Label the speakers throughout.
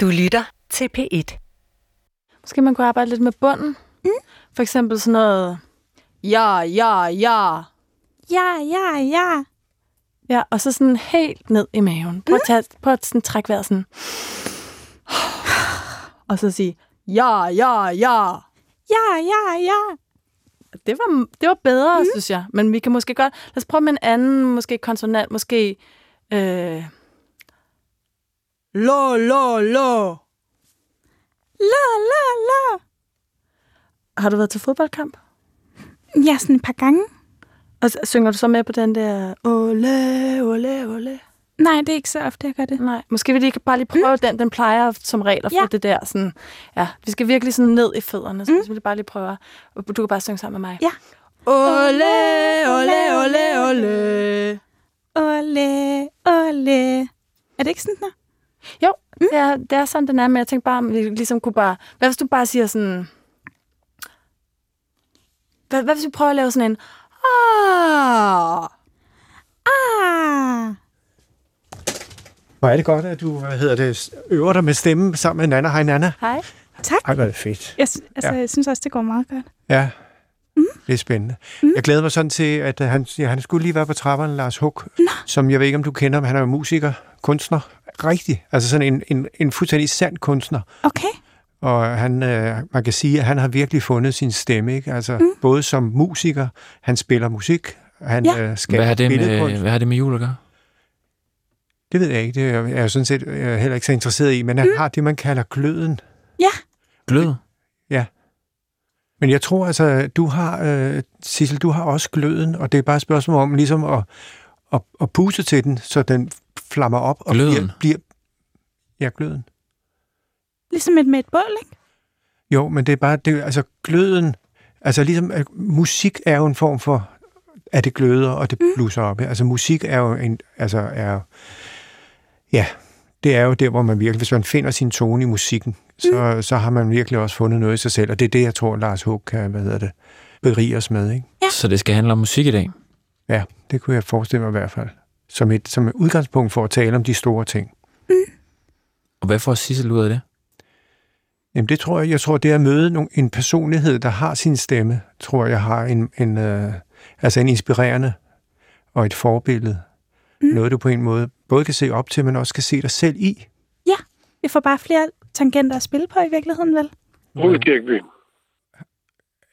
Speaker 1: Du lytter til P1.
Speaker 2: Måske man kunne arbejde lidt med bunden. Mm. For eksempel sådan noget... Ja, ja, ja.
Speaker 3: Ja, ja, ja.
Speaker 2: Ja, og så sådan helt ned i maven. Prøv at, tage, prøv at sådan trække vejret sådan. Og så sige, ja, ja, ja.
Speaker 3: Ja, ja, ja.
Speaker 2: Det var, det var bedre, mm. synes jeg. Men vi kan måske godt... Lad os prøve med en anden, måske konsonant, måske... Øh, lo, lo, lo.
Speaker 3: La, la, la.
Speaker 2: Har du været til fodboldkamp?
Speaker 3: Ja, sådan et par gange.
Speaker 2: Og så, synger du så med på den der... Ole, ole, ole.
Speaker 3: Nej, det er ikke så ofte, jeg gør det.
Speaker 2: Nej, måske vi lige kan bare lige prøve mm. den. Den plejer som regel at få
Speaker 3: Ja.
Speaker 2: det der sådan... Ja, vi skal virkelig sådan ned i fødderne, så mm. vi bare lige prøver. Du kan bare synge sammen med mig.
Speaker 3: Ja.
Speaker 2: Ole, ole, ole, ole.
Speaker 3: Ole, ole. Er det ikke sådan der?
Speaker 2: Jo, mm. det, er, det er sådan, den er, men jeg tænkte bare, om vi ligesom kunne bare... Hvad hvis du bare siger sådan... Hvad, hvad hvis vi prøver at lave sådan en... Ah,
Speaker 3: Ah.
Speaker 4: Hvor er det godt, at du hvad hedder det, øver dig med stemme sammen med Nana. Hej Nana.
Speaker 2: hej.
Speaker 4: Ej, hvor er det fedt.
Speaker 3: Jeg, sy- altså, ja. jeg synes også, det går meget godt.
Speaker 4: Ja, mm. det er spændende. Mm. Jeg glæder mig sådan til, at øh, han, ja, han skulle lige være på trapperne, Lars Huck, Nå. som jeg ved ikke, om du kender, men han er jo musiker, kunstner. Rigtig. Altså sådan en, en, en fuldstændig sand kunstner.
Speaker 3: Okay.
Speaker 4: Og han, øh, man kan sige, at han har virkelig fundet sin stemme, ikke? Altså, mm. både som musiker, han spiller musik, han
Speaker 3: Ja.
Speaker 4: ja. øh, skaber
Speaker 5: Hvad har, det med,
Speaker 4: billedkunst.
Speaker 5: hvad har det med jul at gøre?
Speaker 4: Det ved jeg ikke, det er jeg er jo sådan set øh, heller ikke så interesseret i, men han mm. har det, man kalder gløden.
Speaker 3: Ja.
Speaker 5: Glød?
Speaker 4: Men jeg tror altså, du har, øh, Sissel, du har også gløden, og det er bare et spørgsmål om ligesom at, at, at puste til den, så den flammer op og
Speaker 5: Gløden?
Speaker 4: bliver... bliver ja, gløden.
Speaker 3: Ligesom et med et bål, ikke?
Speaker 4: Jo, men det er bare, det, altså gløden, altså ligesom at musik er jo en form for, at det gløder, og det blusser op. ikke? Altså musik er jo en, altså er jo- ja, det er jo der, hvor man virkelig, hvis man finder sin tone i musikken, så, så har man virkelig også fundet noget i sig selv, og det er det, jeg tror, Lars Håk kan, hvad hedder det, berige os med, ikke?
Speaker 3: Ja.
Speaker 5: Så det skal handle om musik i dag.
Speaker 4: Ja, det kunne jeg forestille mig i hvert fald. Som et, som et udgangspunkt for at tale om de store ting.
Speaker 5: Og hvad får Sissel ud af det?
Speaker 4: Jamen det tror jeg, jeg tror det er at møde nogle, en personlighed, der har sin stemme, tror jeg har en, en øh, altså en inspirerende og et forbillede. Mm. Noget du på en måde både kan se op til, men også kan se dig selv i.
Speaker 3: Jeg får bare flere tangenter at spille på i virkeligheden, vel?
Speaker 6: Ole Kirkeby.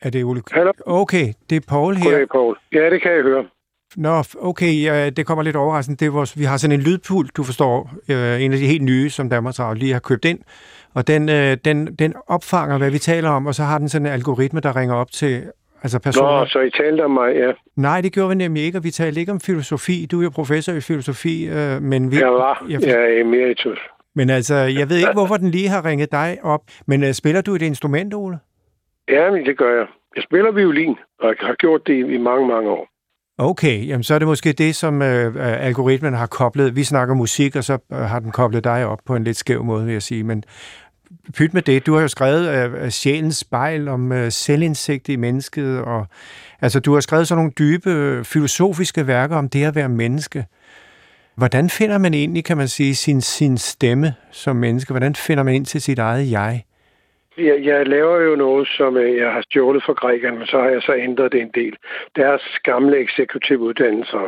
Speaker 4: Er det Ole?
Speaker 6: Hallo.
Speaker 4: Okay, det er Paul her.
Speaker 6: Goddag, Poul. Ja, det kan jeg høre.
Speaker 4: Nå, f- okay, ja, det kommer lidt overraskende. Det er vores, vi har sådan en lydpult, du forstår, øh, en af de helt nye, som Danmarks Radio lige har købt ind. Og den, øh, den, den opfanger, hvad vi taler om, og så har den sådan en algoritme, der ringer op til altså personer.
Speaker 6: Nå, så I talte om mig, ja.
Speaker 4: Nej, det gjorde vi nemlig ikke, og vi talte ikke om filosofi. Du er jo professor i filosofi, øh, men, vi,
Speaker 6: Jeg var.
Speaker 4: jeg,
Speaker 6: Jeg er emeritus.
Speaker 4: men altså, jeg ved ikke, hvorfor den lige har ringet dig op. Men øh, spiller du et instrument, Ole?
Speaker 6: Ja, men det gør jeg. Jeg spiller violin, og jeg har gjort det i, i mange, mange år.
Speaker 4: Okay, jamen så er det måske det, som øh, øh, algoritmen har koblet. Vi snakker musik, og så øh, har den koblet dig op på en lidt skæv måde, vil jeg sige. Men pyt med det. Du har jo skrevet øh, Sjælens spejl om øh, selvindsigt i mennesket, og altså, du har skrevet sådan nogle dybe øh, filosofiske værker om det at være menneske. Hvordan finder man egentlig, kan man sige, sin, sin stemme som menneske? Hvordan finder man ind til sit eget jeg?
Speaker 6: Jeg, jeg laver jo noget, som øh, jeg har stjålet fra grækerne, men så har jeg så ændret det en del. Deres gamle eksekutive uddannelser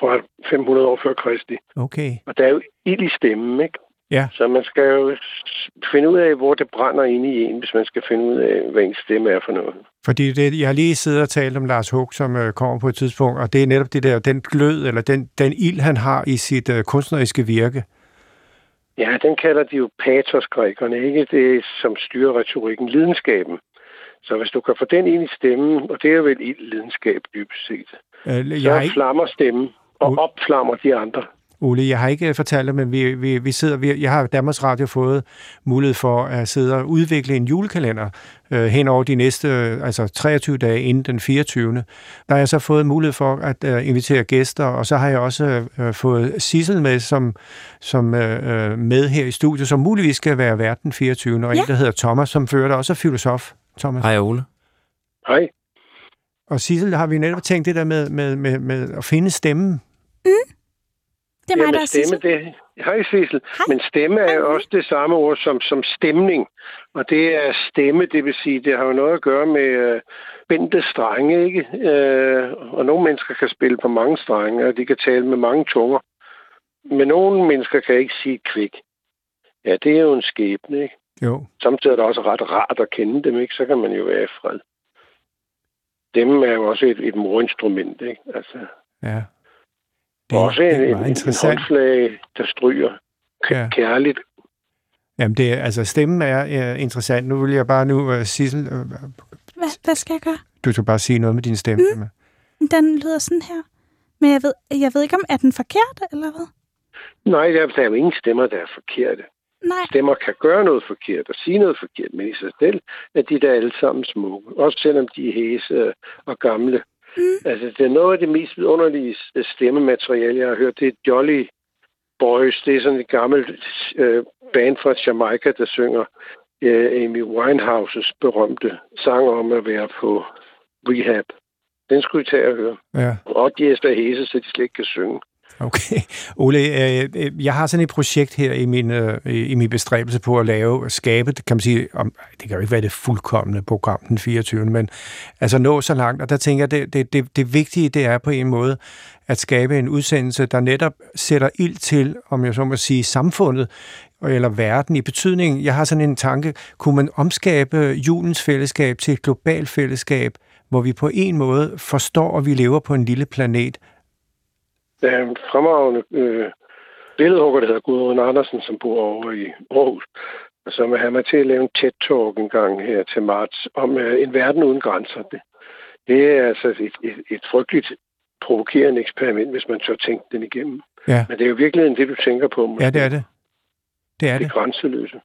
Speaker 6: fra 500 år før Kristi.
Speaker 4: Okay.
Speaker 6: Og der er jo ild i stemmen, ikke?
Speaker 4: Ja.
Speaker 6: Så man skal jo s- finde ud af, hvor det brænder inde i en, hvis man skal finde ud af, hvad ens stemme er for noget.
Speaker 4: Fordi det, jeg har lige siddet og talt om Lars Hug, som øh, kommer på et tidspunkt, og det er netop det der, den glød, eller den, den ild, han har i sit øh, kunstneriske virke.
Speaker 6: Ja, den kalder de jo patos grækerne, ikke? Det som styrer retorikken, lidenskaben. Så hvis du kan få den ind i stemmen, og det er vel ild lidenskab dybest set,
Speaker 4: Øh, jeg har
Speaker 6: så
Speaker 4: ikke,
Speaker 6: flammer stemmen og opflammer de andre.
Speaker 4: Ole, jeg har ikke øh, fortalt dig, men vi, vi, vi sidder, vi, jeg har Danmarks Radio fået mulighed for at sidde og udvikle en julekalender øh, hen over de næste øh, altså 23 dage inden den 24. Der har jeg så fået mulighed for at øh, invitere gæster, og så har jeg også øh, fået Sissel med som, som øh, øh, med her i studiet, som muligvis skal være vært den 24. Og ja.
Speaker 3: Ja.
Speaker 4: en, der hedder Thomas, som fører der også er filosof. Thomas.
Speaker 5: Hej Ole.
Speaker 6: Hej.
Speaker 4: Og Sissel har vi netop tænkt det der med, med, med, med at finde stemmen.
Speaker 3: Det er mig, der er
Speaker 6: stemme,
Speaker 3: Sissel.
Speaker 6: det, Hej Sissel.
Speaker 3: Hej.
Speaker 6: Men stemme er jo
Speaker 3: Hej.
Speaker 6: også det samme ord som, som stemning. Og det er stemme, det vil sige, det har jo noget at gøre med øh, bente strenge, ikke? Øh, og nogle mennesker kan spille på mange strenge, og de kan tale med mange tunger. Men nogle mennesker kan ikke sige kvik. Ja, det er jo en skæbne, ikke?
Speaker 4: Jo.
Speaker 6: Samtidig er det også ret rart at kende dem, ikke? Så kan man jo være i fred. Dem er jo også et, et morinstrument, ikke? Altså,
Speaker 4: Ja.
Speaker 6: det, også en,
Speaker 4: det
Speaker 6: øh, en,
Speaker 4: var
Speaker 6: en
Speaker 4: interessant.
Speaker 6: håndslag, der stryger K-
Speaker 4: Ja.
Speaker 6: kærligt
Speaker 4: Jamen, det, er- altså, stemmen er uh, interessant. Nu vil jeg bare nu, uh, Sissel, uh,
Speaker 3: Hvad, hvad skal jeg gøre?
Speaker 4: du skal bare sige noget med din stemme. Mm.
Speaker 3: Den lyder sådan her. Men jeg ved, jeg ved ikke, om er den forkert, eller hvad?
Speaker 6: Nej, der der er jo ingen stemmer, der er forkerte.
Speaker 3: Nej,
Speaker 6: Stemmer kan gøre noget forkert og sige noget forkert, men i sig selv er de der alle sammen smukke. Også selvom de er hæse og gamle. Mm. Altså, det er noget af det mest vidunderlige øh, stemmemateriale, jeg har hørt. Det er Jolly Boys. Det er sådan et gammelt øh, band fra Jamaica, der synger øh, Amy Winehouses berømte sang om at være på rehab. Den skulle I tage og høre.
Speaker 4: Ja,
Speaker 6: Og de er så hæse, så de slet ikke kan synge.
Speaker 4: okay. Ole, øh, øh, jeg har sådan et projekt her i min, øh, i min bestræbelse på at lave, at skabe, det kan man sige, om, det kan jo ikke være det fuldkommende program den 24., men altså nå så langt, og der tænker jeg, det, det, det, det vigtige, det er på en måde at skabe en udsendelse, der netop sætter ild til, om jeg så må sige, samfundet, eller verden i betydning. Jeg har sådan en tanke, kunne man omskabe julens fællesskab til et globalt fællesskab, hvor vi på en måde forstår, at vi lever på en lille planet,
Speaker 6: Der er en fremragende øh, billedhugger, der hedder Gudrun Andersen, som bor over i Aarhus, og som vil have mig til at lave en tæt talk en gang her til marts om øh, en verden uden grænser. Det, det er altså et, et, et frygteligt provokerende eksperiment, hvis man tør tænke den igennem.
Speaker 4: Ja.
Speaker 6: Men det er jo virkelig det, du tænker på. måske.
Speaker 4: Ja, det er det. Det er
Speaker 6: Det
Speaker 4: det.
Speaker 6: grænseløse.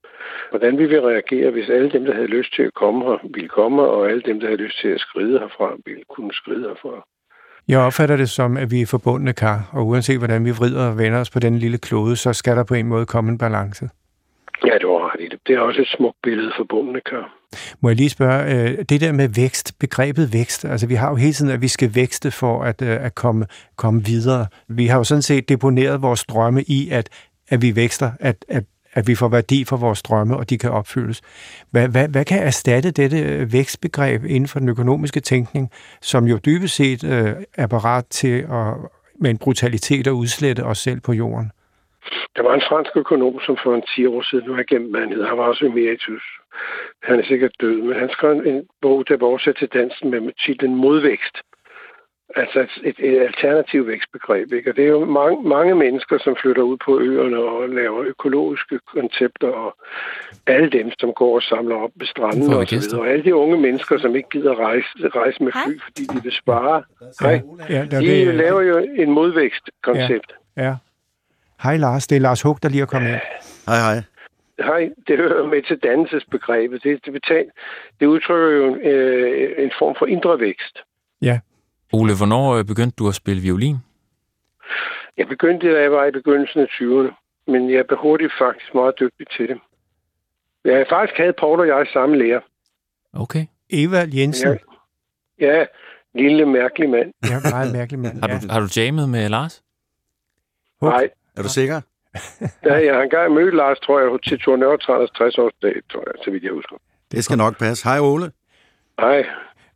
Speaker 6: Hvordan vi vil reagere, hvis alle dem, der havde lyst til at komme her, ville komme, og alle dem, der havde lyst til at skride herfra, ville kunne skride herfra.
Speaker 4: Jeg opfatter det som, at vi er forbundne kar, og uanset hvordan vi vrider og vender os på den lille klode, så skal der på en måde komme en balance.
Speaker 6: Ja, det var ret i det. Det er også et smukt billede for bundne kar.
Speaker 4: Må jeg lige spørge, øh, det der med vækst, begrebet vækst, altså vi har jo hele tiden, at vi skal vækste for at, øh, at komme, komme videre. Vi har jo sådan set deponeret vores drømme i, at, at vi vækster, at, at, at vi får værdi for vores drømme, og de kan opfyldes. Hvad, hvad, hvad kan erstatte dette øh, vækstbegreb inden for den økonomiske tænkning, som jo dybest set øh, er parat til at, med en brutalitet at udslette os selv på jorden?
Speaker 6: Der var en fransk økonom, som for en 10 år siden, nu har jeg glemt, hvad han hedder, han var også emeritus. Han er sikkert død, men han skrev en- en bog, der var oversat til dansen med titlen Modvækst. Altså et, et, et alternativ vækstbegreb. Ikke? Og det er jo mange, mange mennesker, som flytter ud på øerne og laver økologiske koncepter, og alle dem, som går og samler op ved
Speaker 5: Nu
Speaker 6: stranden
Speaker 5: får vi
Speaker 6: og så
Speaker 5: gæster.
Speaker 6: videre. Og alle de unge mennesker, som ikke gider rejse, rejse med fly, fordi de vil spare. Hej.
Speaker 4: Ja, der,
Speaker 6: De laver jo en modvækstkoncept.
Speaker 4: ja. Hej Lars, det er Lars Hug, der lige er kommet ind.
Speaker 7: Hej, hej.
Speaker 6: Nej, det hører med til dannelsesbegrebet. Det, det, betal, det udtrykker jo en, øh, en form for indre vækst.
Speaker 5: Ole, hvornår øh, begyndte du at spille violin?
Speaker 6: Jeg begyndte, da jeg var i begyndelsen af 20'erne, men jeg blev hurtigt faktisk meget dygtig til det. Jeg faktisk havde Paul og jeg samme lærer.
Speaker 5: Okay.
Speaker 4: Evald Jensen.
Speaker 6: Ja. Ja, lille mærkelig mand.
Speaker 4: Ja, meget mærkelig mand.
Speaker 5: Har, ja. du, har du jammet med Lars?
Speaker 4: Hug.
Speaker 6: Nej,
Speaker 7: Er du sikker?
Speaker 6: da jeg har engang mødt Lars, tror jeg, til Tor Nørretranders 60 års dag, tror jeg, så vidt jeg husker.
Speaker 7: Det skal nok passe. Hej, Ole.
Speaker 6: Nej,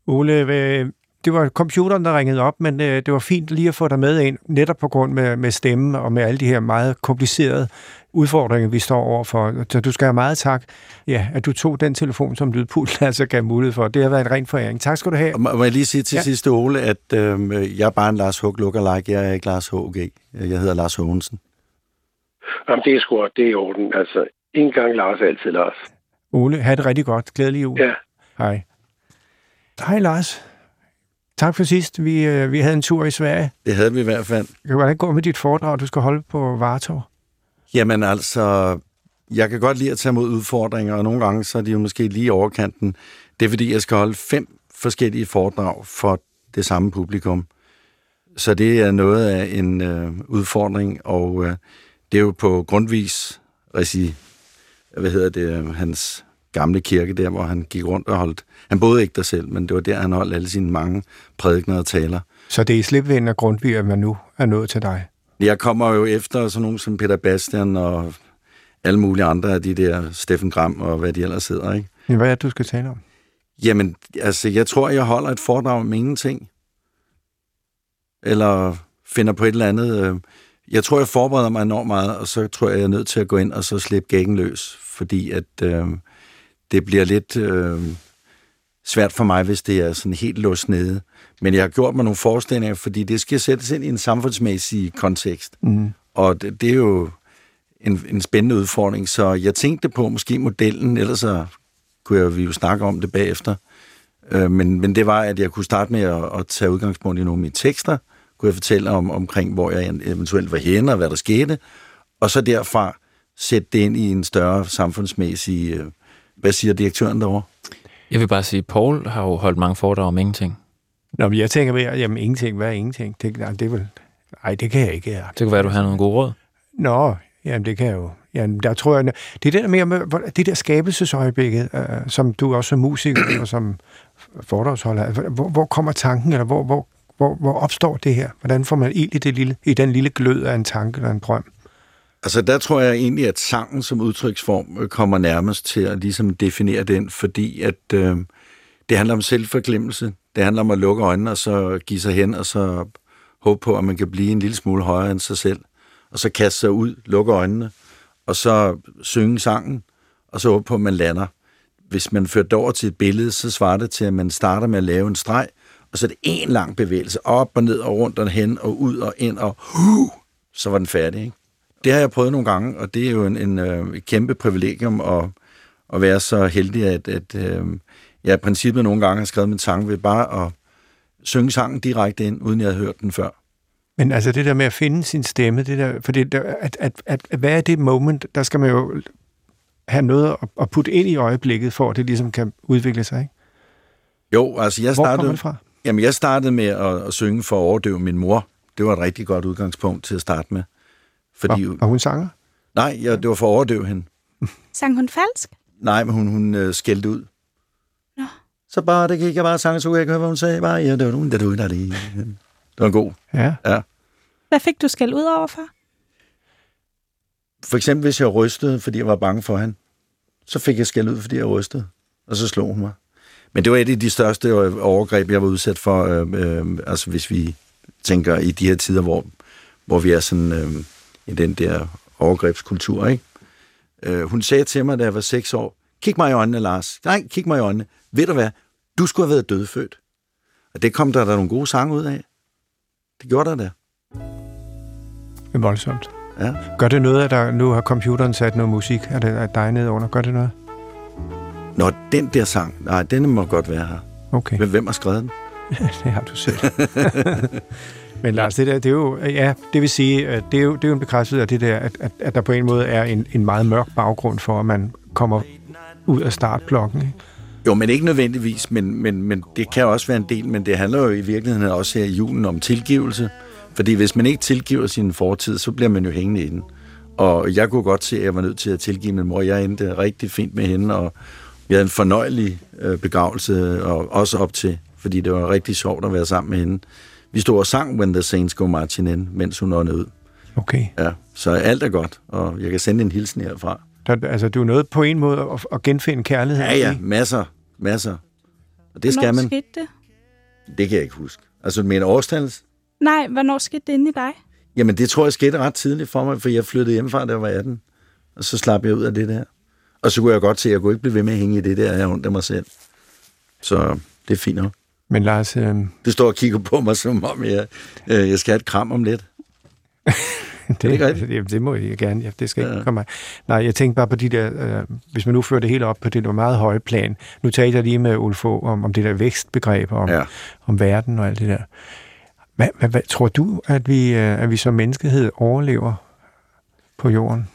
Speaker 4: Ole, øh, det var computeren, der ringede op, men øh, det var fint lige at få dig med ind, netop på grund med, med stemmen og med alle de her meget komplicerede udfordringer, vi står overfor. Så du skal have meget tak, ja, at du tog den telefon, som lydpulten altså gav mulighed for. Det har været en ren foræring. Tak skal du have.
Speaker 7: Og Må må jeg lige sige til
Speaker 4: Ja.
Speaker 7: ja. sidste, Ole, at øhm, jeg er bare en Lars Hug lookalike. Jeg er ikke Lars HG. Jeg hedder Lars Hågensen.
Speaker 6: Jamen, det er sgu, det er i orden. Altså, en gang Lars, altid Lars.
Speaker 4: Ole, have det rigtig godt. Glædelig jul.
Speaker 6: Ja.
Speaker 4: Hej. Hej Lars. Tak for sidst. Vi, øh, vi havde en tur i Sverige.
Speaker 7: Det havde vi i hvert fald.
Speaker 4: Hvordan går det med dit foredrag, du skal holde på Vartov?
Speaker 7: Jamen altså, jeg kan godt lide at tage mod udfordringer, og nogle gange så er de jo måske lige i overkanten. Det er fordi, jeg skal holde fem forskellige foredrag for det samme publikum. Så det er noget af en øh, udfordring, og øh, det er jo på grundvis, regi, hvad hedder det, øh, hans gamle kirke der, hvor han gik rundt og holdt. Han boede ikke der selv, men det var der, han holdt alle sine mange prædikner og taler.
Speaker 4: Så det er i slipvinden af Grundtvig, at man nu er nået til dig.
Speaker 7: Jeg kommer jo efter sådan nogen som Peter Bastian og alle mulige andre af de der Steffen Gram og hvad de ellers hedder, ikke?
Speaker 4: Men hvad er det, du skal tale om?
Speaker 7: Jamen, altså, jeg tror, jeg holder et foredrag om ingenting. Eller finder på et eller andet. Øh. Jeg tror, jeg forbereder mig enormt meget, og så tror jeg, jeg er nødt til at gå ind og så slippe gækken løs, fordi at øh, det bliver lidt øh, svært for mig, hvis det er sådan helt låst nede. Men jeg har gjort mig nogle forestillinger, fordi det skal sættes ind i en samfundsmæssig kontekst.
Speaker 4: Mm.
Speaker 7: Og det, det er jo en, en spændende udfordring, så jeg tænkte på måske modellen, ellers så kunne jeg, vi jo snakke om det bagefter. Øh, men, men det var, at jeg kunne starte med at, at tage udgangspunkt i nogle af mine tekster, kunne jeg fortælle om, omkring, hvor jeg eventuelt var henne og hvad der skete, og så derfra sætte det ind i en større samfundsmæssig... Øh, hvad siger direktøren derovre?
Speaker 5: Jeg vil bare sige, at Paul har jo holdt mange foredrag om ingenting.
Speaker 4: Nå, men jeg tænker mere, jamen ingenting, hvad er ingenting? Det, nej, det er vel... Ej, det kan jeg ikke. Jeg.
Speaker 5: Det kunne være, at du har nogle gode råd.
Speaker 4: Nå, jamen det kan jeg jo. Jamen, der tror jeg, det er det der mere med, hvor- det der skabelsesøjeblikket, øh, som du også som musiker og som foredragsholder, hvor, hvor kommer tanken, eller hvor, hvor, hvor, hvor opstår det her? Hvordan får man ild i, det lille, i den lille glød af en tanke eller en drøm?
Speaker 7: Altså, der tror jeg egentlig, at sangen som udtryksform øh, kommer nærmest til at ligesom definere den, fordi at øh, det handler om selvforglemmelse. Det handler om at lukke øjnene og så give sig hen, og så håbe på, at man kan blive en lille smule højere end sig selv. Og så kaste sig ud, lukke øjnene, og så synge sangen, og så håbe på, at man lander. Hvis man fører det over til et billede, så svarer det til, at man starter med at lave en streg, og så er det en lang bevægelse, op og ned og rundt og hen og ud og ind og uh, så var den færdig, ikke? Det har jeg prøvet nogle gange, og det er jo en, en øh, et kæmpe privilegium at, at være så heldig, at, at øh, jeg i princippet nogle gange har skrevet min sang ved bare at synge sangen direkte ind, uden jeg havde hørt den før.
Speaker 4: Men altså det der med at finde sin stemme, det der, for det, der- at, at, at, at hvad er det moment, der skal man jo have noget at, at putte ind i øjeblikket, for at det ligesom kan udvikle sig, ikke?
Speaker 7: Jo, altså jeg
Speaker 4: Hvor kommer
Speaker 7: startede,
Speaker 4: det fra?
Speaker 7: jamen, jeg startede med at, at synge for at overdøve min mor. Det var et rigtig godt udgangspunkt til at starte med. Fordi,
Speaker 4: Og, og hun sanger?
Speaker 7: nej, jeg, det var for at overdøve hende.
Speaker 3: Sang hun falsk?
Speaker 7: Nej, men hun, hun øh, skældte ud. Nå. Så bare, det gik jeg bare og sang, så kunne jeg ikke høre, hvad hun sagde. Bare, ja, det var nogen, der du, der lige. Det var en god.
Speaker 4: Ja.
Speaker 3: Hvad fik du skæld ud over for?
Speaker 7: For eksempel, hvis jeg rystede, fordi jeg var bange for hende, så fik jeg skæld ud, fordi jeg rystede, og så slog hun mig. Men det var et af de største øh, overgreb, jeg var udsat for, øh, øh, altså hvis vi tænker i de her tider, hvor, hvor vi er sådan øh, i den der overgrebskultur, ikke? Øh, hun sagde til mig, da jeg var seks år, kig mig i øjnene, Lars. Nej, kig mig i øjnene. Ved du hvad? Du skulle have været dødfødt. Og det kom der, der nogle gode sange ud af. Det gjorde der da.
Speaker 4: Det er voldsomt.
Speaker 7: Ja.
Speaker 4: Gør det noget, at der nu har computeren sat noget musik af det- af dig ned under? Gør det noget?
Speaker 7: Nå, den der sang, nej, den må godt være her.
Speaker 4: Okay,
Speaker 7: Hvem- Hvem har skrevet den?
Speaker 4: det har du selv. Men Lars, det, der, det er jo, ja, det vil sige, at det er jo, det er jo en bekræftelse af det der, at, at, at der på en måde er en, en meget mørk baggrund for, at man kommer ud af startblokken. Ikke?
Speaker 7: Jo, men ikke nødvendigvis, men, men, men det kan også være en del, men det handler jo i virkeligheden også her i julen om tilgivelse. Fordi hvis man ikke tilgiver sin fortid, så bliver man jo hængende i den. Og jeg kunne godt se, at jeg var nødt til at tilgive min mor. Jeg endte rigtig fint med hende, og vi havde en fornøjelig øh, begravelse, og også op til, fordi det var rigtig sjovt at være sammen med hende. Vi stod og sang When the Saints Go Marching In, mens hun åndede ud.
Speaker 4: Okay.
Speaker 7: Ja, så alt er godt, og jeg kan sende en hilsen herfra.
Speaker 4: Der, altså, du er nået på en måde at, at genfinde kærlighed.
Speaker 7: Ja, ja, masser, masser. Og det skal
Speaker 3: Hvornår
Speaker 7: man.
Speaker 3: skete det?
Speaker 7: Det kan jeg ikke huske. Altså, du mener årstals?
Speaker 3: Nej, hvornår skete det inde i dig?
Speaker 7: Jamen, det tror jeg skete ret tidligt for mig, for jeg flyttede hjemmefra, da jeg var 18. Og så slap jeg ud af det der. Og så kunne jeg godt se, at jeg kunne ikke blive ved med at hænge i det der, jeg har ondt af mig selv. Så det er fint nok.
Speaker 4: Men Lars, øh,
Speaker 7: Du står og kigger på mig, som om jeg, øh, jeg skal have et kram om lidt. det
Speaker 4: det,
Speaker 7: ikke
Speaker 4: det,
Speaker 7: rigtigt?
Speaker 4: det, det må jeg gerne. Ja, det skal ikke
Speaker 7: Ja.
Speaker 4: komme af. Nej, jeg tænkte bare på de der, øh, hvis man nu fører det hele op på det der meget høje plan. Nu talte jeg lige med Ulf Aag om, om det der vækstbegreb, om, ja.
Speaker 7: Ja.
Speaker 4: om verden og alt det der. Hvad, hvad, hvad tror du, at vi, øh, at vi som menneskehed overlever på jorden?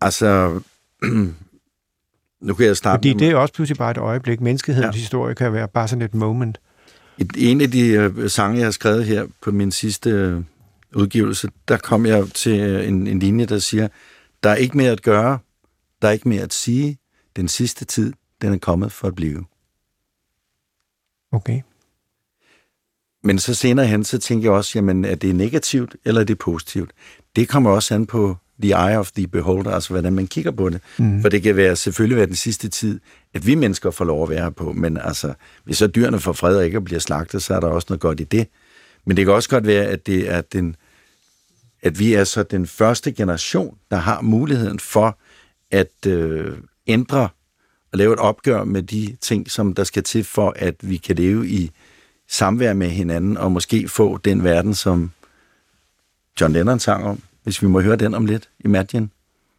Speaker 7: Altså, nu kan jeg starte
Speaker 4: Fordi
Speaker 7: med-
Speaker 4: det er også pludselig bare et øjeblik. Menneskehedens ja.
Speaker 7: Ja.
Speaker 4: historie kan være bare sådan et moment.
Speaker 7: Et, en af de øh, sange, jeg har skrevet her på min sidste øh, udgivelse, der kom jeg til øh, en, en linje, der siger, der er ikke mere at gøre, der er ikke mere at sige, den sidste tid, den er kommet for at blive.
Speaker 4: Okay.
Speaker 7: Men så senere hen, så tænker jeg også, jamen er det negativt, eller er det positivt? Det kommer også an på the eye of the beholder, altså hvordan man kigger på det. Mm. For det kan være selvfølgelig være den sidste tid, at vi mennesker får lov at være her på, men altså, hvis så dyrene får fred og ikke bliver slagtet, så er der også noget godt i det. Men det kan også godt være, at det er den, at vi er så den første generation, der har muligheden for at øh, ændre og lave et opgør med de ting, som der skal til for, at vi kan leve i samvær med hinanden og måske få den verden, som John Lennon sang om, hvis vi må høre den om lidt, Imagine.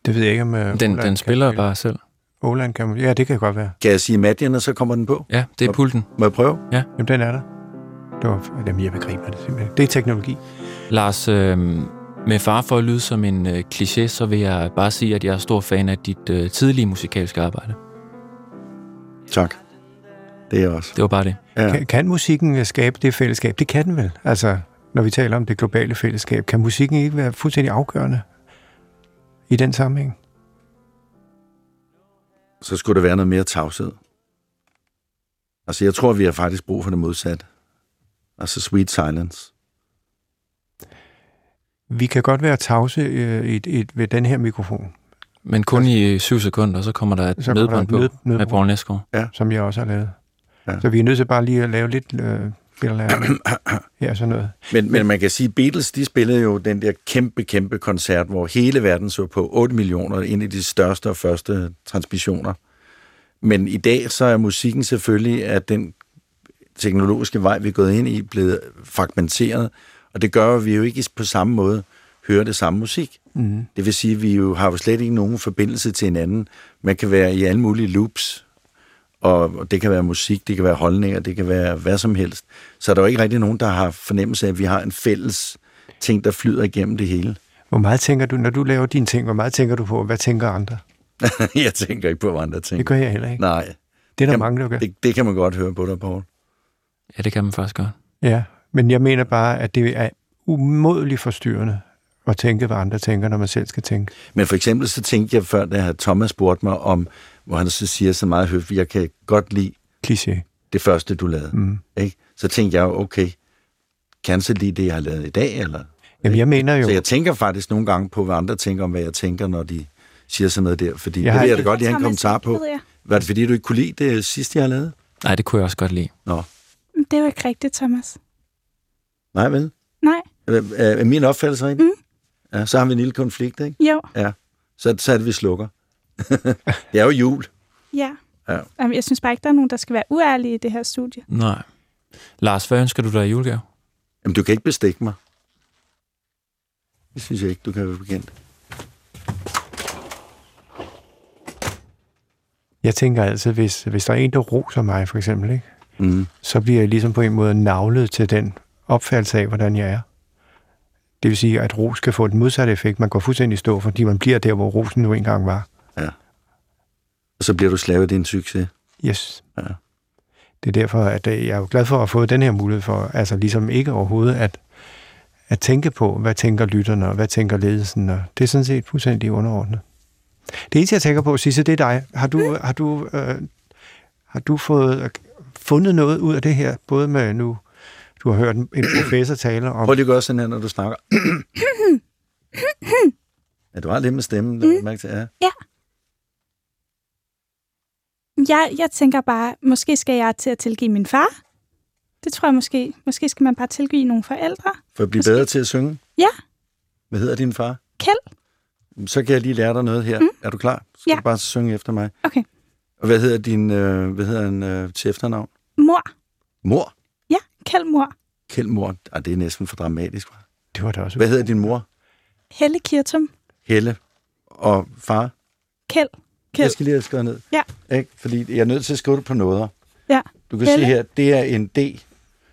Speaker 4: Det ved jeg ikke, om... øh,
Speaker 5: Den,
Speaker 4: Roland
Speaker 5: den
Speaker 4: kan
Speaker 5: spiller
Speaker 4: spille.
Speaker 5: bare selv.
Speaker 4: Roland kan... Ja, det kan godt være.
Speaker 7: Kan jeg sige Imagine, og så kommer den på?
Speaker 5: Ja, det er pulten.
Speaker 7: Må jeg prøve?
Speaker 4: Jamen, den er der. Det var... Jamen, jeg begriber det simpelthen. Det er teknologi.
Speaker 5: Lars, øh, med far for at lyde som en øh, kliché, så vil jeg bare sige, at jeg er stor fan af dit øh, tidlige musikalske arbejde.
Speaker 7: Tak. Det er jeg også.
Speaker 5: Det var bare det.
Speaker 7: Ja.
Speaker 4: Kan, kan musikken skabe det fællesskab? Det kan den vel. Altså, når vi taler om det globale fællesskab, kan musikken ikke være fuldstændig afgørende i den sammenhæng?
Speaker 7: Så skulle der være noget mere tavshed. Altså, jeg tror, vi har faktisk brug for det modsatte. Altså, sweet silence.
Speaker 4: Vi kan godt være tavse øh, i, i, ved den her mikrofon,
Speaker 5: Men kun i øh, syv sekunder, så kommer der et
Speaker 4: Så kommer der
Speaker 5: nødbrand
Speaker 4: et
Speaker 5: på
Speaker 4: nød-
Speaker 5: med
Speaker 4: nødbrand.
Speaker 5: Poul Næsgaard.
Speaker 4: som jeg også har lavet.
Speaker 7: Ja.
Speaker 4: Ja. Så vi er nødt til bare lige at lave lidt... Øh, eller ja, sådan noget.
Speaker 7: Men, men man kan sige, Beatles, de spillede jo den der kæmpe, kæmpe koncert, hvor hele verden så på 8 millioner, en af de største og første transmissioner. Men i dag, så er musikken selvfølgelig, at den teknologiske vej, vi er gået ind i, blevet fragmenteret, og det gør, at vi jo ikke på samme måde hører det samme musik.
Speaker 4: Mm.
Speaker 7: Det vil sige, at vi jo har jo slet ikke nogen forbindelse til hinanden. Man kan være i alle mulige loops, og og det kan være musik, det kan være holdninger, det kan være hvad som helst. Så er der jo ikke rigtig nogen, der har fornemmelse af, at vi har en fælles ting, der flyder igennem det hele.
Speaker 4: Hvor meget tænker du, når du laver dine ting, hvor meget tænker du på, hvad tænker andre?
Speaker 7: jeg tænker ikke på andre ting.
Speaker 4: Det gør jeg heller ikke.
Speaker 7: Nej,
Speaker 4: Det er der
Speaker 7: Jamen,
Speaker 4: mange, der gør.
Speaker 7: det, det kan man godt høre på dig, Poul.
Speaker 5: Ja, det kan man faktisk godt.
Speaker 4: Ja, men jeg mener bare, at det er umådeligt forstyrrende at tænke, hvad andre tænker, når man selv skal tænke.
Speaker 7: Men for eksempel så tænkte jeg før, da Thomas spurgte mig om, hvor han så siger så meget høfligt, jeg kan godt lide
Speaker 4: Kliché.
Speaker 7: det første, du lavede.
Speaker 4: Mm.
Speaker 7: Ikke? Så tænkte jeg jo, okay, kan jeg så lige det, jeg har lavet i dag, eller
Speaker 4: Jamen, jeg mener jo...
Speaker 7: Øh, Så jeg tænker faktisk nogle gange på, hvad andre tænker om, hvad jeg tænker, når de siger sådan noget der. Fordi
Speaker 4: Jeg
Speaker 7: jeg det
Speaker 4: har
Speaker 7: vil jeg
Speaker 4: ikke-
Speaker 7: da godt lige have en
Speaker 3: Thomas,
Speaker 7: kommentar
Speaker 3: det
Speaker 7: på.
Speaker 3: ved jeg.
Speaker 7: Var det fordi, du ikke kunne lide det sidste, jeg lavede?
Speaker 5: Nej, det kunne jeg også godt lide.
Speaker 7: Nå,
Speaker 3: Det er jo ikke rigtigt, Thomas.
Speaker 7: nej vel?
Speaker 3: Nej,
Speaker 7: Er- Er er min opfattelse rigtig? Mm. Ja, så har vi en lille konflikt, ikke?
Speaker 3: jo,
Speaker 7: Så, så er det, vi slukker. det er jo jul.
Speaker 3: ja.
Speaker 7: Ja.
Speaker 3: Jamen, jeg synes bare ikke, der er nogen, der skal være uærlige i det her studie.
Speaker 5: Nej. Lars, hvad ønsker du dig i julegave?
Speaker 7: Jamen, du kan ikke bestikke mig. Det synes jeg ikke, du kan være bekendt.
Speaker 4: Jeg tænker altid, hvis, hvis der er en, der roser mig, for eksempel, ikke?
Speaker 7: Mm.
Speaker 4: så bliver jeg ligesom på en måde navlet til den opfattelse af, hvordan jeg er. Det vil sige, at ros kan få den modsatte effekt. Man går fuldstændig i stå, fordi man bliver der, hvor rosen nu engang var.
Speaker 7: Og så bliver du slavet af din succes.
Speaker 4: Yes.
Speaker 7: Ja.
Speaker 4: Det er derfor, at øh, jeg er jo glad for at have fået den her mulighed for, altså ligesom ikke overhovedet at, at tænke på, hvad tænker lytterne, og hvad tænker ledelsen, og det er sådan set fuldstændig underordnet. Det eneste, jeg tænker på, Sisse, det er dig. Har du, har du, øh, har du fået, øh, fundet noget ud af det her, både med nu, du har hørt en en professor tale om,
Speaker 7: Prøv lige at gøre sådan her, når du snakker. ja, du har lidt med stemmen. Mm. Mærke til. Ja.
Speaker 3: Jeg, jeg tænker bare, måske skal jeg til at tilgive min far. Det tror jeg måske. Måske skal man bare tilgive nogle forældre.
Speaker 7: For at blive
Speaker 3: Måske.
Speaker 7: bedre til at synge?
Speaker 3: Ja.
Speaker 7: Hvad hedder din far?
Speaker 3: Kjeld.
Speaker 7: Så kan jeg lige lære dig noget her. Mm. Er du klar? Så skal
Speaker 3: Ja.
Speaker 7: du bare synge efter mig.
Speaker 3: Okay.
Speaker 7: Og hvad hedder din øh, hvad hedder han, øh, til efternavn?
Speaker 3: Mor.
Speaker 7: Mor.
Speaker 3: Ja, Kjeld mor.
Speaker 7: Kjeld Mor. Ah, det er næsten for dramatisk. hva'?
Speaker 4: det var da også
Speaker 7: Hvad hedder din mor?
Speaker 3: Helle Kirtum.
Speaker 7: Helle. Og far?
Speaker 3: Kjeld. Kjeld.
Speaker 7: Jeg skal lige have skrevet ned.
Speaker 3: Ja.
Speaker 7: Ikke? Fordi jeg er nødt til at skrive det på noget.
Speaker 3: Ja.
Speaker 7: Du kan
Speaker 3: Helle.
Speaker 7: se her, det er en D.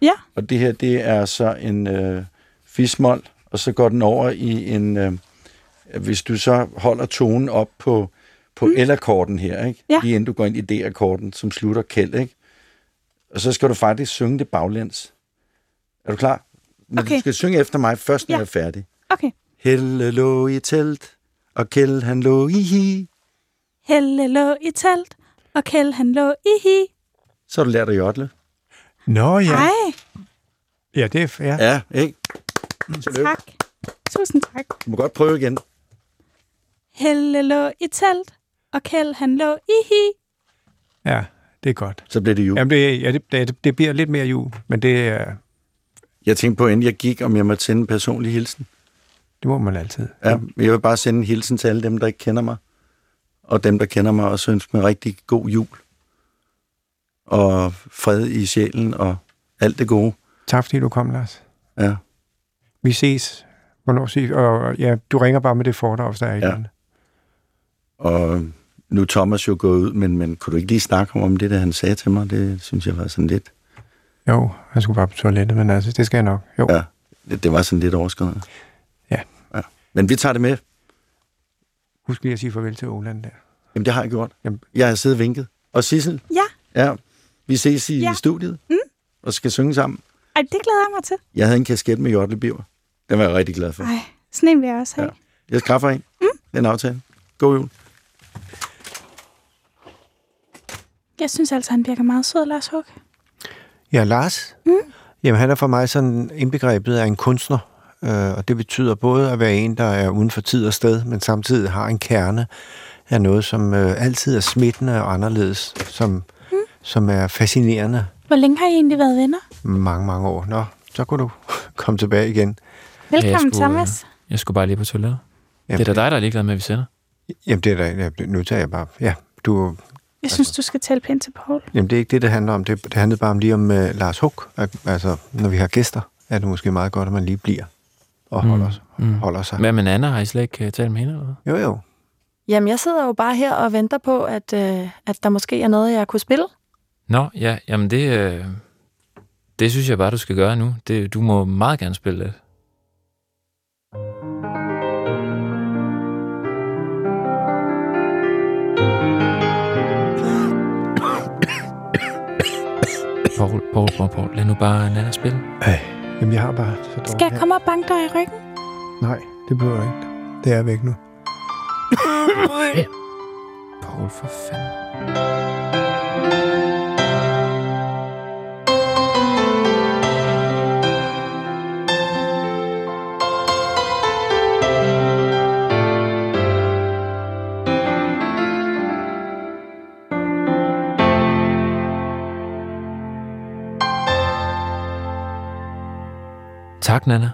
Speaker 3: Ja.
Speaker 7: Og det her, det er så en øh, fismol, og så går den over i en... Øh, hvis du så holder tonen op på, på mm. L-akkorden her, ikke?
Speaker 3: Ja.
Speaker 7: lige inden du går ind i D-akkorden, som slutter kæld, ikke? og så skal du faktisk synge det baglæns. Er du klar? Men du
Speaker 3: Okay.
Speaker 7: skal synge efter mig først, når
Speaker 3: Ja.
Speaker 7: jeg er færdig.
Speaker 3: Okay.
Speaker 7: Helle lå i telt, og Kjeld han lå i hi.
Speaker 3: Helle lå i telt, og Kjeld han lå i hi.
Speaker 7: Så har du lært at jodle.
Speaker 4: Nå ja,
Speaker 3: Ej,
Speaker 4: Ja, det er... Ja.
Speaker 7: Ja, ikke? Tillykke.
Speaker 3: Tak. Tusind tak.
Speaker 7: Du må godt prøve igen.
Speaker 3: Helle lå i telt, og Kjeld han lå i hi.
Speaker 4: ja, det er godt.
Speaker 7: Så blev det jul.
Speaker 4: Jamen, det, ja, det, det, det bliver lidt mere jul, men det, er-
Speaker 7: Jeg tænkte på, inden jeg gik, om jeg måtte sende en personlig hilsen.
Speaker 4: det må man altid.
Speaker 7: Ja, jeg vil bare sende en hilsen til alle dem, der ikke kender mig. Og dem, der kender mig, og ønske mig rigtig god jul. Og fred i sjælen, og alt det gode.
Speaker 4: Tak fordi du kom, Lars.
Speaker 7: Ja,
Speaker 4: Vi ses. Hvornår ses? Og, og ja, du ringer bare med det fordrag, hvis der er et
Speaker 7: Ja.
Speaker 4: eller andet.
Speaker 7: og nu er Thomas jo gået ud, men, men kunne du ikke lige snakke om det, der han sagde til mig? Det synes jeg var sådan lidt...
Speaker 4: Jo, han skulle bare på toilettet, men altså, det skal jeg nok. Jo.
Speaker 7: Ja, det, det var sådan lidt overskridende.
Speaker 4: Ja.
Speaker 7: ja. Men vi tager det med.
Speaker 4: Husk lige at sige farvel til Åland der.
Speaker 7: Jamen, det har jeg gjort.
Speaker 4: Jamen.
Speaker 7: Jeg har siddet og vinket. Og Sissel,
Speaker 3: Ja,
Speaker 7: ja, vi ses i
Speaker 3: Ja.
Speaker 7: ja. studiet mm. og skal synge sammen.
Speaker 3: Ej, det glæder jeg mig til.
Speaker 7: Jeg havde en kasket med jordlebiver. Den var jeg rigtig glad for.
Speaker 3: Ej, sådan en vil jeg også have.
Speaker 7: Ja. Jeg skaffer en. Mm. Det er en aftale. God jul.
Speaker 3: Jeg synes altså, han virker meget sød, Lars Hug.
Speaker 8: Ja, Lars. Mm. Jamen, han er for mig sådan indbegrebet af en kunstner. Øh, og det betyder både at være en, der er uden for tid og sted, men samtidig har en kerne af noget, som øh, altid er smittende og anderledes, som, mm. som er fascinerende
Speaker 3: Hvor længe har I egentlig været venner?
Speaker 8: mange, mange år. Nå, så kunne du komme tilbage igen.
Speaker 3: Velkommen,
Speaker 5: skulle, øh,
Speaker 3: Thomas.
Speaker 5: Jeg skulle bare lige på toilettet.
Speaker 8: Jamen,
Speaker 5: Det er da dig, der er ligeglad med, at vi sender.
Speaker 8: Jamen, det er da, ja, nu tager jeg bare... Ja, du,
Speaker 3: Jeg synes, du skal tælle pind til Paul.
Speaker 8: jamen, det er ikke det, det handler om. Det, det handler bare om lige om uh, Lars Huk. Altså, når vi har gæster, er det måske meget godt, at man lige bliver og holder, mm.
Speaker 5: Mm.
Speaker 8: holder sig.
Speaker 5: Hvad med Anna? Har I slet ikke øh, talt med hende? Eller? hvad?
Speaker 8: Jo, jo.
Speaker 2: Jamen, jeg sidder jo bare her og venter på, at, øh, at der måske er noget, jeg kunne spille.
Speaker 5: Nå, ja, jamen det, øh, det synes jeg bare, du skal gøre nu. Det, du må meget gerne spille det. Paul, Paul, Paul, Paul, lad nu bare Nana spille.
Speaker 4: Ej, jamen, jeg har bare så dårligt.
Speaker 3: Skal jeg komme og banke dig i ryggen?
Speaker 4: Nej, det behøver jeg ikke. Det er væk nu.
Speaker 5: Paul, for fanden. Tak, Nana.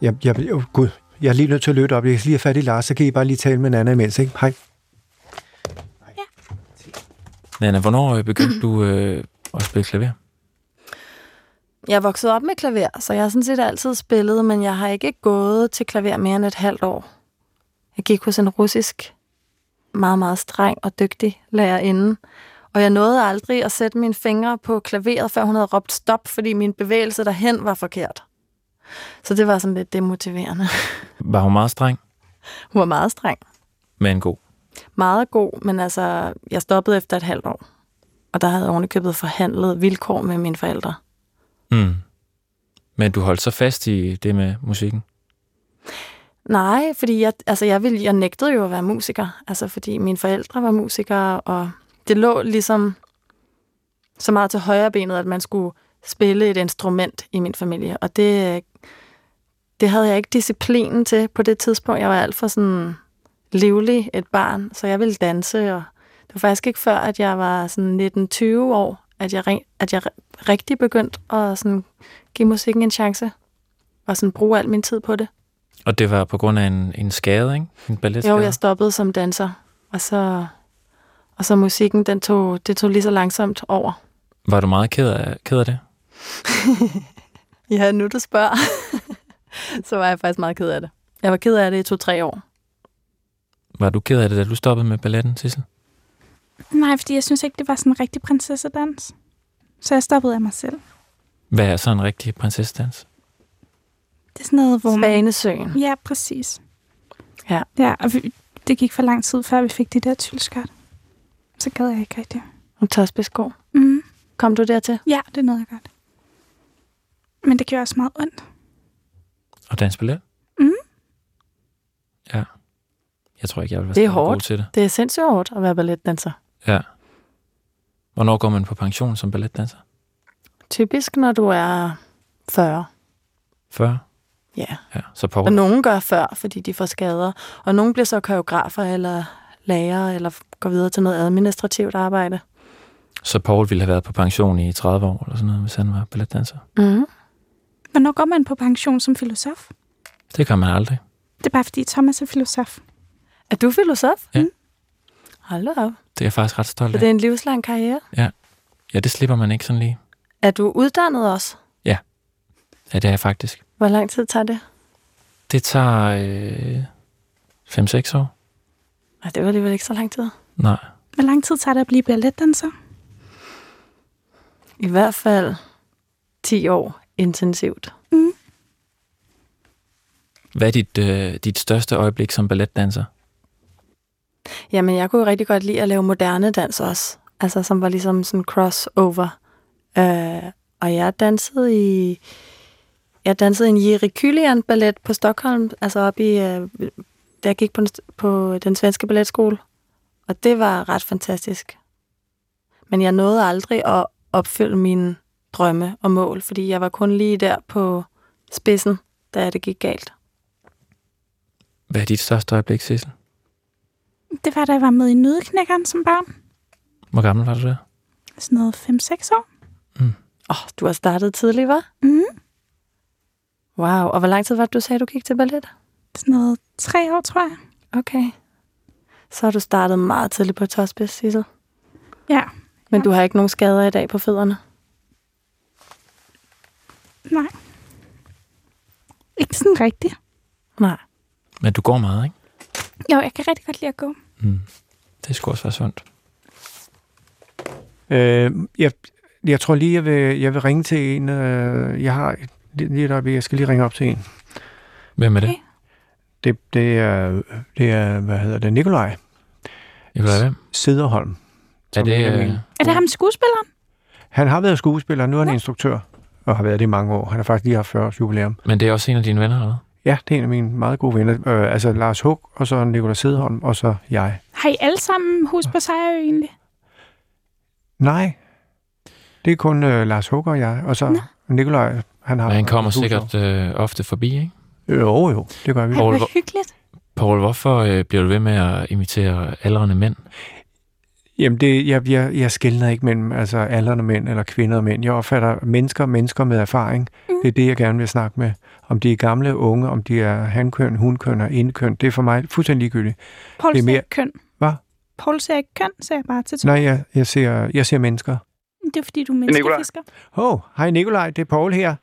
Speaker 4: Jeg, jeg, oh, Gud, jeg er lige nødt til at løbe op. Jeg skal lige have fat i Lars, så kan I bare lige tale med Nana imens, ikke? Hej.
Speaker 5: Nana, hvornår øh, begyndte du øh, at spille klaver?
Speaker 2: Jeg er vokset op med klaver, så jeg har sådan set altid spillet, men jeg har ikke gået til klaver mere end et halvt år. Jeg gik hos en russisk, meget, meget streng og dygtig lærerinde, og jeg nåede aldrig at sætte mine fingre på klaveret, før hun havde råbt stop, fordi min bevægelse derhen var forkert. Så det var sådan lidt demotiverende.
Speaker 5: Var hun meget streng,
Speaker 2: Hun var meget streng.
Speaker 5: men god.
Speaker 2: meget god, men altså, jeg stoppede efter et halvt år. Og der havde jeg ovenikøbet forhandlet vilkår med mine forældre.
Speaker 5: Mm. Men du holdt så fast i det med musikken?
Speaker 2: Nej, fordi jeg, altså, jeg, ville, jeg nægtede jo at være musiker, altså, fordi mine forældre var musikere, og det lå ligesom så meget til højre benet, at man skulle spille et instrument i min familie, og det, øh, det havde jeg ikke disciplinen til på det tidspunkt. Jeg var alt for sådan livlig et barn, så jeg ville danse, og det var faktisk ikke før, at jeg var sådan 19-20 år, at jeg, ren- at jeg re- rigtig begyndte at sådan give musikken en chance, og sådan bruge al min tid på det.
Speaker 5: Og det var på grund af en, en skade, ikke? En balletskade?
Speaker 2: Jo, jeg stoppede som danser, og så, og så musikken, den tog, det tog lige så langsomt over.
Speaker 5: Var du meget ked af, ked af det?
Speaker 2: Ja, nu du spørger, så var jeg faktisk meget ked af det. Jeg var ked af det i to-tre år.
Speaker 5: Var du ked af det, da du stoppede med balletten, Sissel?
Speaker 3: Nej, fordi jeg synes ikke, det var sådan en rigtig prinsessedans. Så jeg stoppede af mig selv.
Speaker 5: Hvad er så en rigtig prinsessedans?
Speaker 3: Det er sådan noget, hvor man...
Speaker 2: Svanesøen.
Speaker 3: Ja, præcis.
Speaker 2: Ja.
Speaker 3: Ja, og vi, det gik for lang tid, før vi fik de der tylskørt. Så gad jeg ikke rigtig.
Speaker 2: Og Tosbeskov.
Speaker 3: Mm.
Speaker 2: Kom du dertil?
Speaker 3: Ja, det nåede jeg godt. Men det gjorde også meget ondt.
Speaker 5: Og danse ballet?
Speaker 2: Mm.
Speaker 3: Mhm.
Speaker 5: Ja. Jeg tror ikke, jeg vil være
Speaker 2: Det er
Speaker 5: særlig god
Speaker 2: hårdt.
Speaker 5: til det.
Speaker 2: Det er sindssygt hårdt at være balletdanser.
Speaker 5: Ja. Hvornår går man på pension som balletdanser?
Speaker 2: Typisk, når du er 40.
Speaker 5: 40?
Speaker 2: Ja.
Speaker 5: Ja, så på.
Speaker 2: Og nogen gør før, fordi de får skader. Og nogen bliver så koreografer eller lærer, eller går videre til noget administrativt arbejde.
Speaker 5: Så Paul ville have været på pension i 30 år, eller sådan noget, hvis han var balletdanser.
Speaker 2: Mm.
Speaker 3: Hvornår går man på pension som filosof?
Speaker 5: Det kan man aldrig.
Speaker 3: Det er bare, fordi Thomas er filosof.
Speaker 2: Er du filosof?
Speaker 5: Ja.
Speaker 2: Mm. Hold da op.
Speaker 5: Det er jeg faktisk ret stolt
Speaker 2: Så
Speaker 5: af.
Speaker 2: det er en livslang karriere.
Speaker 5: Ja, det slipper man ikke sådan lige.
Speaker 2: Er du uddannet også?
Speaker 5: Ja, det er jeg faktisk.
Speaker 2: Hvor lang tid tager det?
Speaker 5: Det tager øh, 5-6 år.
Speaker 2: Ej, det var alligevel ikke så lang tid.
Speaker 5: Nej,
Speaker 3: Hvor lang tid tager det at blive balletdanser?
Speaker 2: I hvert fald 10 år intensivt.
Speaker 5: Hvad er dit, øh, dit største øjeblik som balletdanser?
Speaker 2: Jamen, jeg kunne jo rigtig godt lide at lave moderne dans også. Altså, som var ligesom sådan crossover. Øh, og jeg dansede i... Jeg dansede i en Jiri Kylian ballet på Stockholm, altså op i... Øh, da jeg gik på den, på den svenske balletskole. Og det var ret fantastisk. Men jeg nåede aldrig at opfylde mine drømme og mål, fordi jeg var kun lige der på spidsen, da det gik galt.
Speaker 5: Hvad er dit største øjeblik, Sissel?
Speaker 3: Det var, da jeg var med i Nødeknækkeren som barn.
Speaker 5: Hvor gammel var du der?
Speaker 3: Sådan noget 5-6 år.
Speaker 2: Åh, oh, du har startet tidligt, var?
Speaker 3: Mm.
Speaker 2: Wow, og hvor lang tid var det, du sagde, du gik til ballet?
Speaker 3: Sådan noget 3 år, tror jeg.
Speaker 2: Okay. Så har du startet meget tidligt på tåspids, Sissel.
Speaker 3: Ja.
Speaker 2: Men
Speaker 3: Ja.
Speaker 2: du har ikke nogen skader i dag på fødderne.
Speaker 3: Nej. Ikke sådan rigtigt.
Speaker 2: Nej.
Speaker 5: Men du går meget, ikke?
Speaker 3: Jo, jeg kan rigtig godt lide at gå.
Speaker 5: Mm. Det skulle også være sundt.
Speaker 4: Øh, jeg, jeg tror lige, jeg vil, jeg vil ringe til en. Øh, jeg har lige et øjeblik, jeg skal lige ringe op til en.
Speaker 5: Hvem er det?
Speaker 3: Okay.
Speaker 4: Det, det, er, det er, hvad hedder det, Nikolaj
Speaker 5: Jeg ved, hvem?
Speaker 4: Sederholm.
Speaker 5: Er
Speaker 4: Som
Speaker 5: det,
Speaker 4: jeg
Speaker 5: øh,
Speaker 4: mener.
Speaker 3: Er det ham skuespilleren?
Speaker 4: Han har været skuespiller, nu er han instruktør, og har været det i mange år. Han har faktisk lige haft 40 års jubilæum.
Speaker 5: men det er også en af dine venner, eller hvad?
Speaker 4: Ja, det er en af mine meget gode venner. Øh, altså Lars Hug, og så Nikolaj Sederholm, og så jeg.
Speaker 3: Har I alle sammen hus på Sejrø egentlig?
Speaker 4: Nej, det er kun øh, Lars Hug og jeg, og så
Speaker 3: Nå.
Speaker 4: Nikolaj. Han, har
Speaker 5: Men han kommer
Speaker 4: Hus-
Speaker 5: sikkert øh, ofte forbi, ikke?
Speaker 4: Jo, jo, det gør vi.
Speaker 3: Ej,
Speaker 5: Poul,
Speaker 3: hvor
Speaker 5: hvor-
Speaker 3: hyggeligt.
Speaker 5: Paul, hvorfor øh, bliver du ved med at imitere aldrende mænd?
Speaker 4: Jamen, det, jeg, jeg, jeg skældner ikke mellem altså aldrende mænd eller kvinder og mænd. Jeg opfatter mennesker mennesker med erfaring. Mm. Det er det, jeg gerne vil snakke med. Om de er gamle, unge, om de er hankøn, hunkøn og indkøn. Det er for mig fuldstændig ligegyldigt.
Speaker 3: Paul
Speaker 4: Det
Speaker 3: ser
Speaker 4: er mere-
Speaker 3: ikke køn.
Speaker 4: Hvad?
Speaker 3: Paul ser ikke køn, sagde jeg bare til
Speaker 4: Nej, jeg, jeg, ser, jeg ser mennesker.
Speaker 3: Det er fordi, du er menneskefisker.
Speaker 4: Åh, oh, hej Nikolaj, det er Paul her.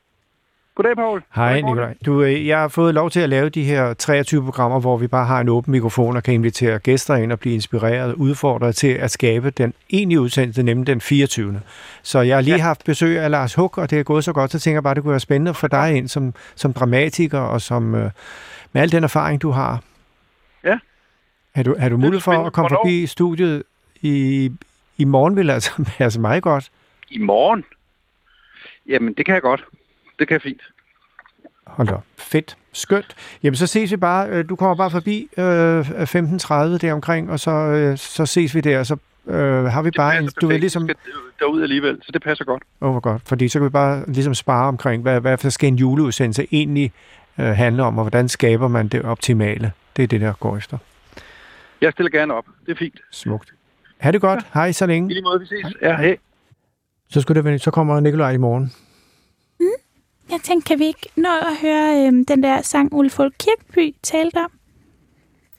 Speaker 6: Goddag, Paul.
Speaker 4: Hej Nikolaj. Du, øh, jeg har fået lov til at lave de her 23 programmer, hvor vi bare har en åben mikrofon og kan invitere gæster ind og blive inspireret og udfordret til at skabe den egentlige udsendelse, nemlig den 24. Så jeg har lige ja. haft besøg af Lars Hug, og det er gået så godt, så tænker jeg bare, det kunne være spændende for dig ind som, som dramatiker og som øh, med al den erfaring, du har.
Speaker 6: Ja.
Speaker 4: Har du, har du mulighed for at
Speaker 6: spændende.
Speaker 4: komme
Speaker 6: Hvornår?
Speaker 4: forbi studiet i, i morgen, vil altså være så meget godt.
Speaker 6: I morgen? Jamen, det kan jeg godt. Det kan jeg fint.
Speaker 4: Hold da op. Fedt. Skønt. Jamen, så ses vi bare. Øh, Du kommer bare forbi øh, 15.30 deromkring, og så, øh, så ses vi der, og så øh, har vi bare en... Du ved ligesom...
Speaker 6: Derude alligevel, så det passer godt.
Speaker 4: Åh, oh, godt. Fordi så kan vi bare ligesom spare omkring, hvad, hvad skal en juleudsendelse egentlig øh, handle om, og hvordan skaber man det optimale. Det er det, der går efter.
Speaker 6: Jeg stiller gerne op. Det er fint.
Speaker 4: Smukt. Ha' det godt. Ja. Hej så
Speaker 6: I
Speaker 4: længe.
Speaker 6: lige måde, vi ses. Ja, hej.
Speaker 4: Så, skulle det, være- så kommer Nikolaj i morgen.
Speaker 3: Jeg tænkte, kan vi ikke nå at høre øhm, den der sang, Ole Folk Kirkeby talte om?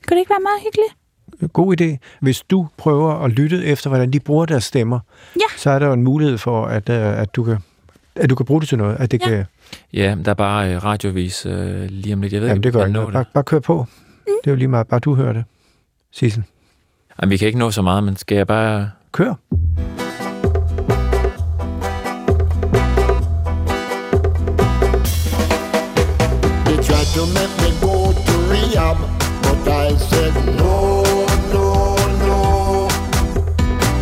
Speaker 3: Kunne det ikke være meget hyggeligt?
Speaker 4: God idé. Hvis du prøver at lytte efter, hvordan de bruger deres stemmer,
Speaker 3: Ja.
Speaker 4: så er der jo en mulighed for, at, øh, at, du kan, at du kan bruge det til noget. At det
Speaker 3: Ja.
Speaker 4: ja. kan,
Speaker 5: Ja, der er bare øh, radiovis øh, lige om lidt. Jeg ved
Speaker 4: Jamen,
Speaker 5: ikke,
Speaker 4: det
Speaker 5: om
Speaker 4: gør
Speaker 5: jeg
Speaker 4: ikke
Speaker 5: når
Speaker 4: noget.
Speaker 5: det.
Speaker 4: Bare, bare kør på. Mm. Det er jo lige meget. Bare du hører det. Sissel,
Speaker 5: Jamen, vi kan ikke nå så meget, men skal jeg bare...
Speaker 4: kør.
Speaker 9: They tried to make me go to rehab, but I said no, no, no.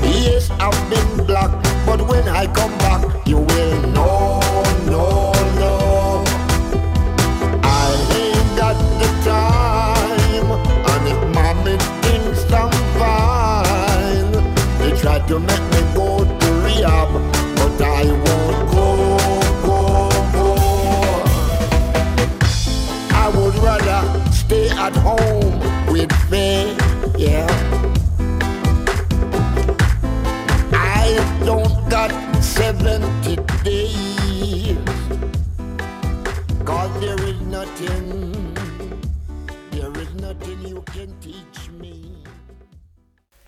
Speaker 9: Yes, I've been black, but when I come back, you will know, no, no. I ain't got the time, and if mommy thinks I'm fine, they tried to make me go to rehab, but I won't go, go, go. at home with me, yeah. I don't got 70 days, cause there is nothing, there is nothing you can teach me.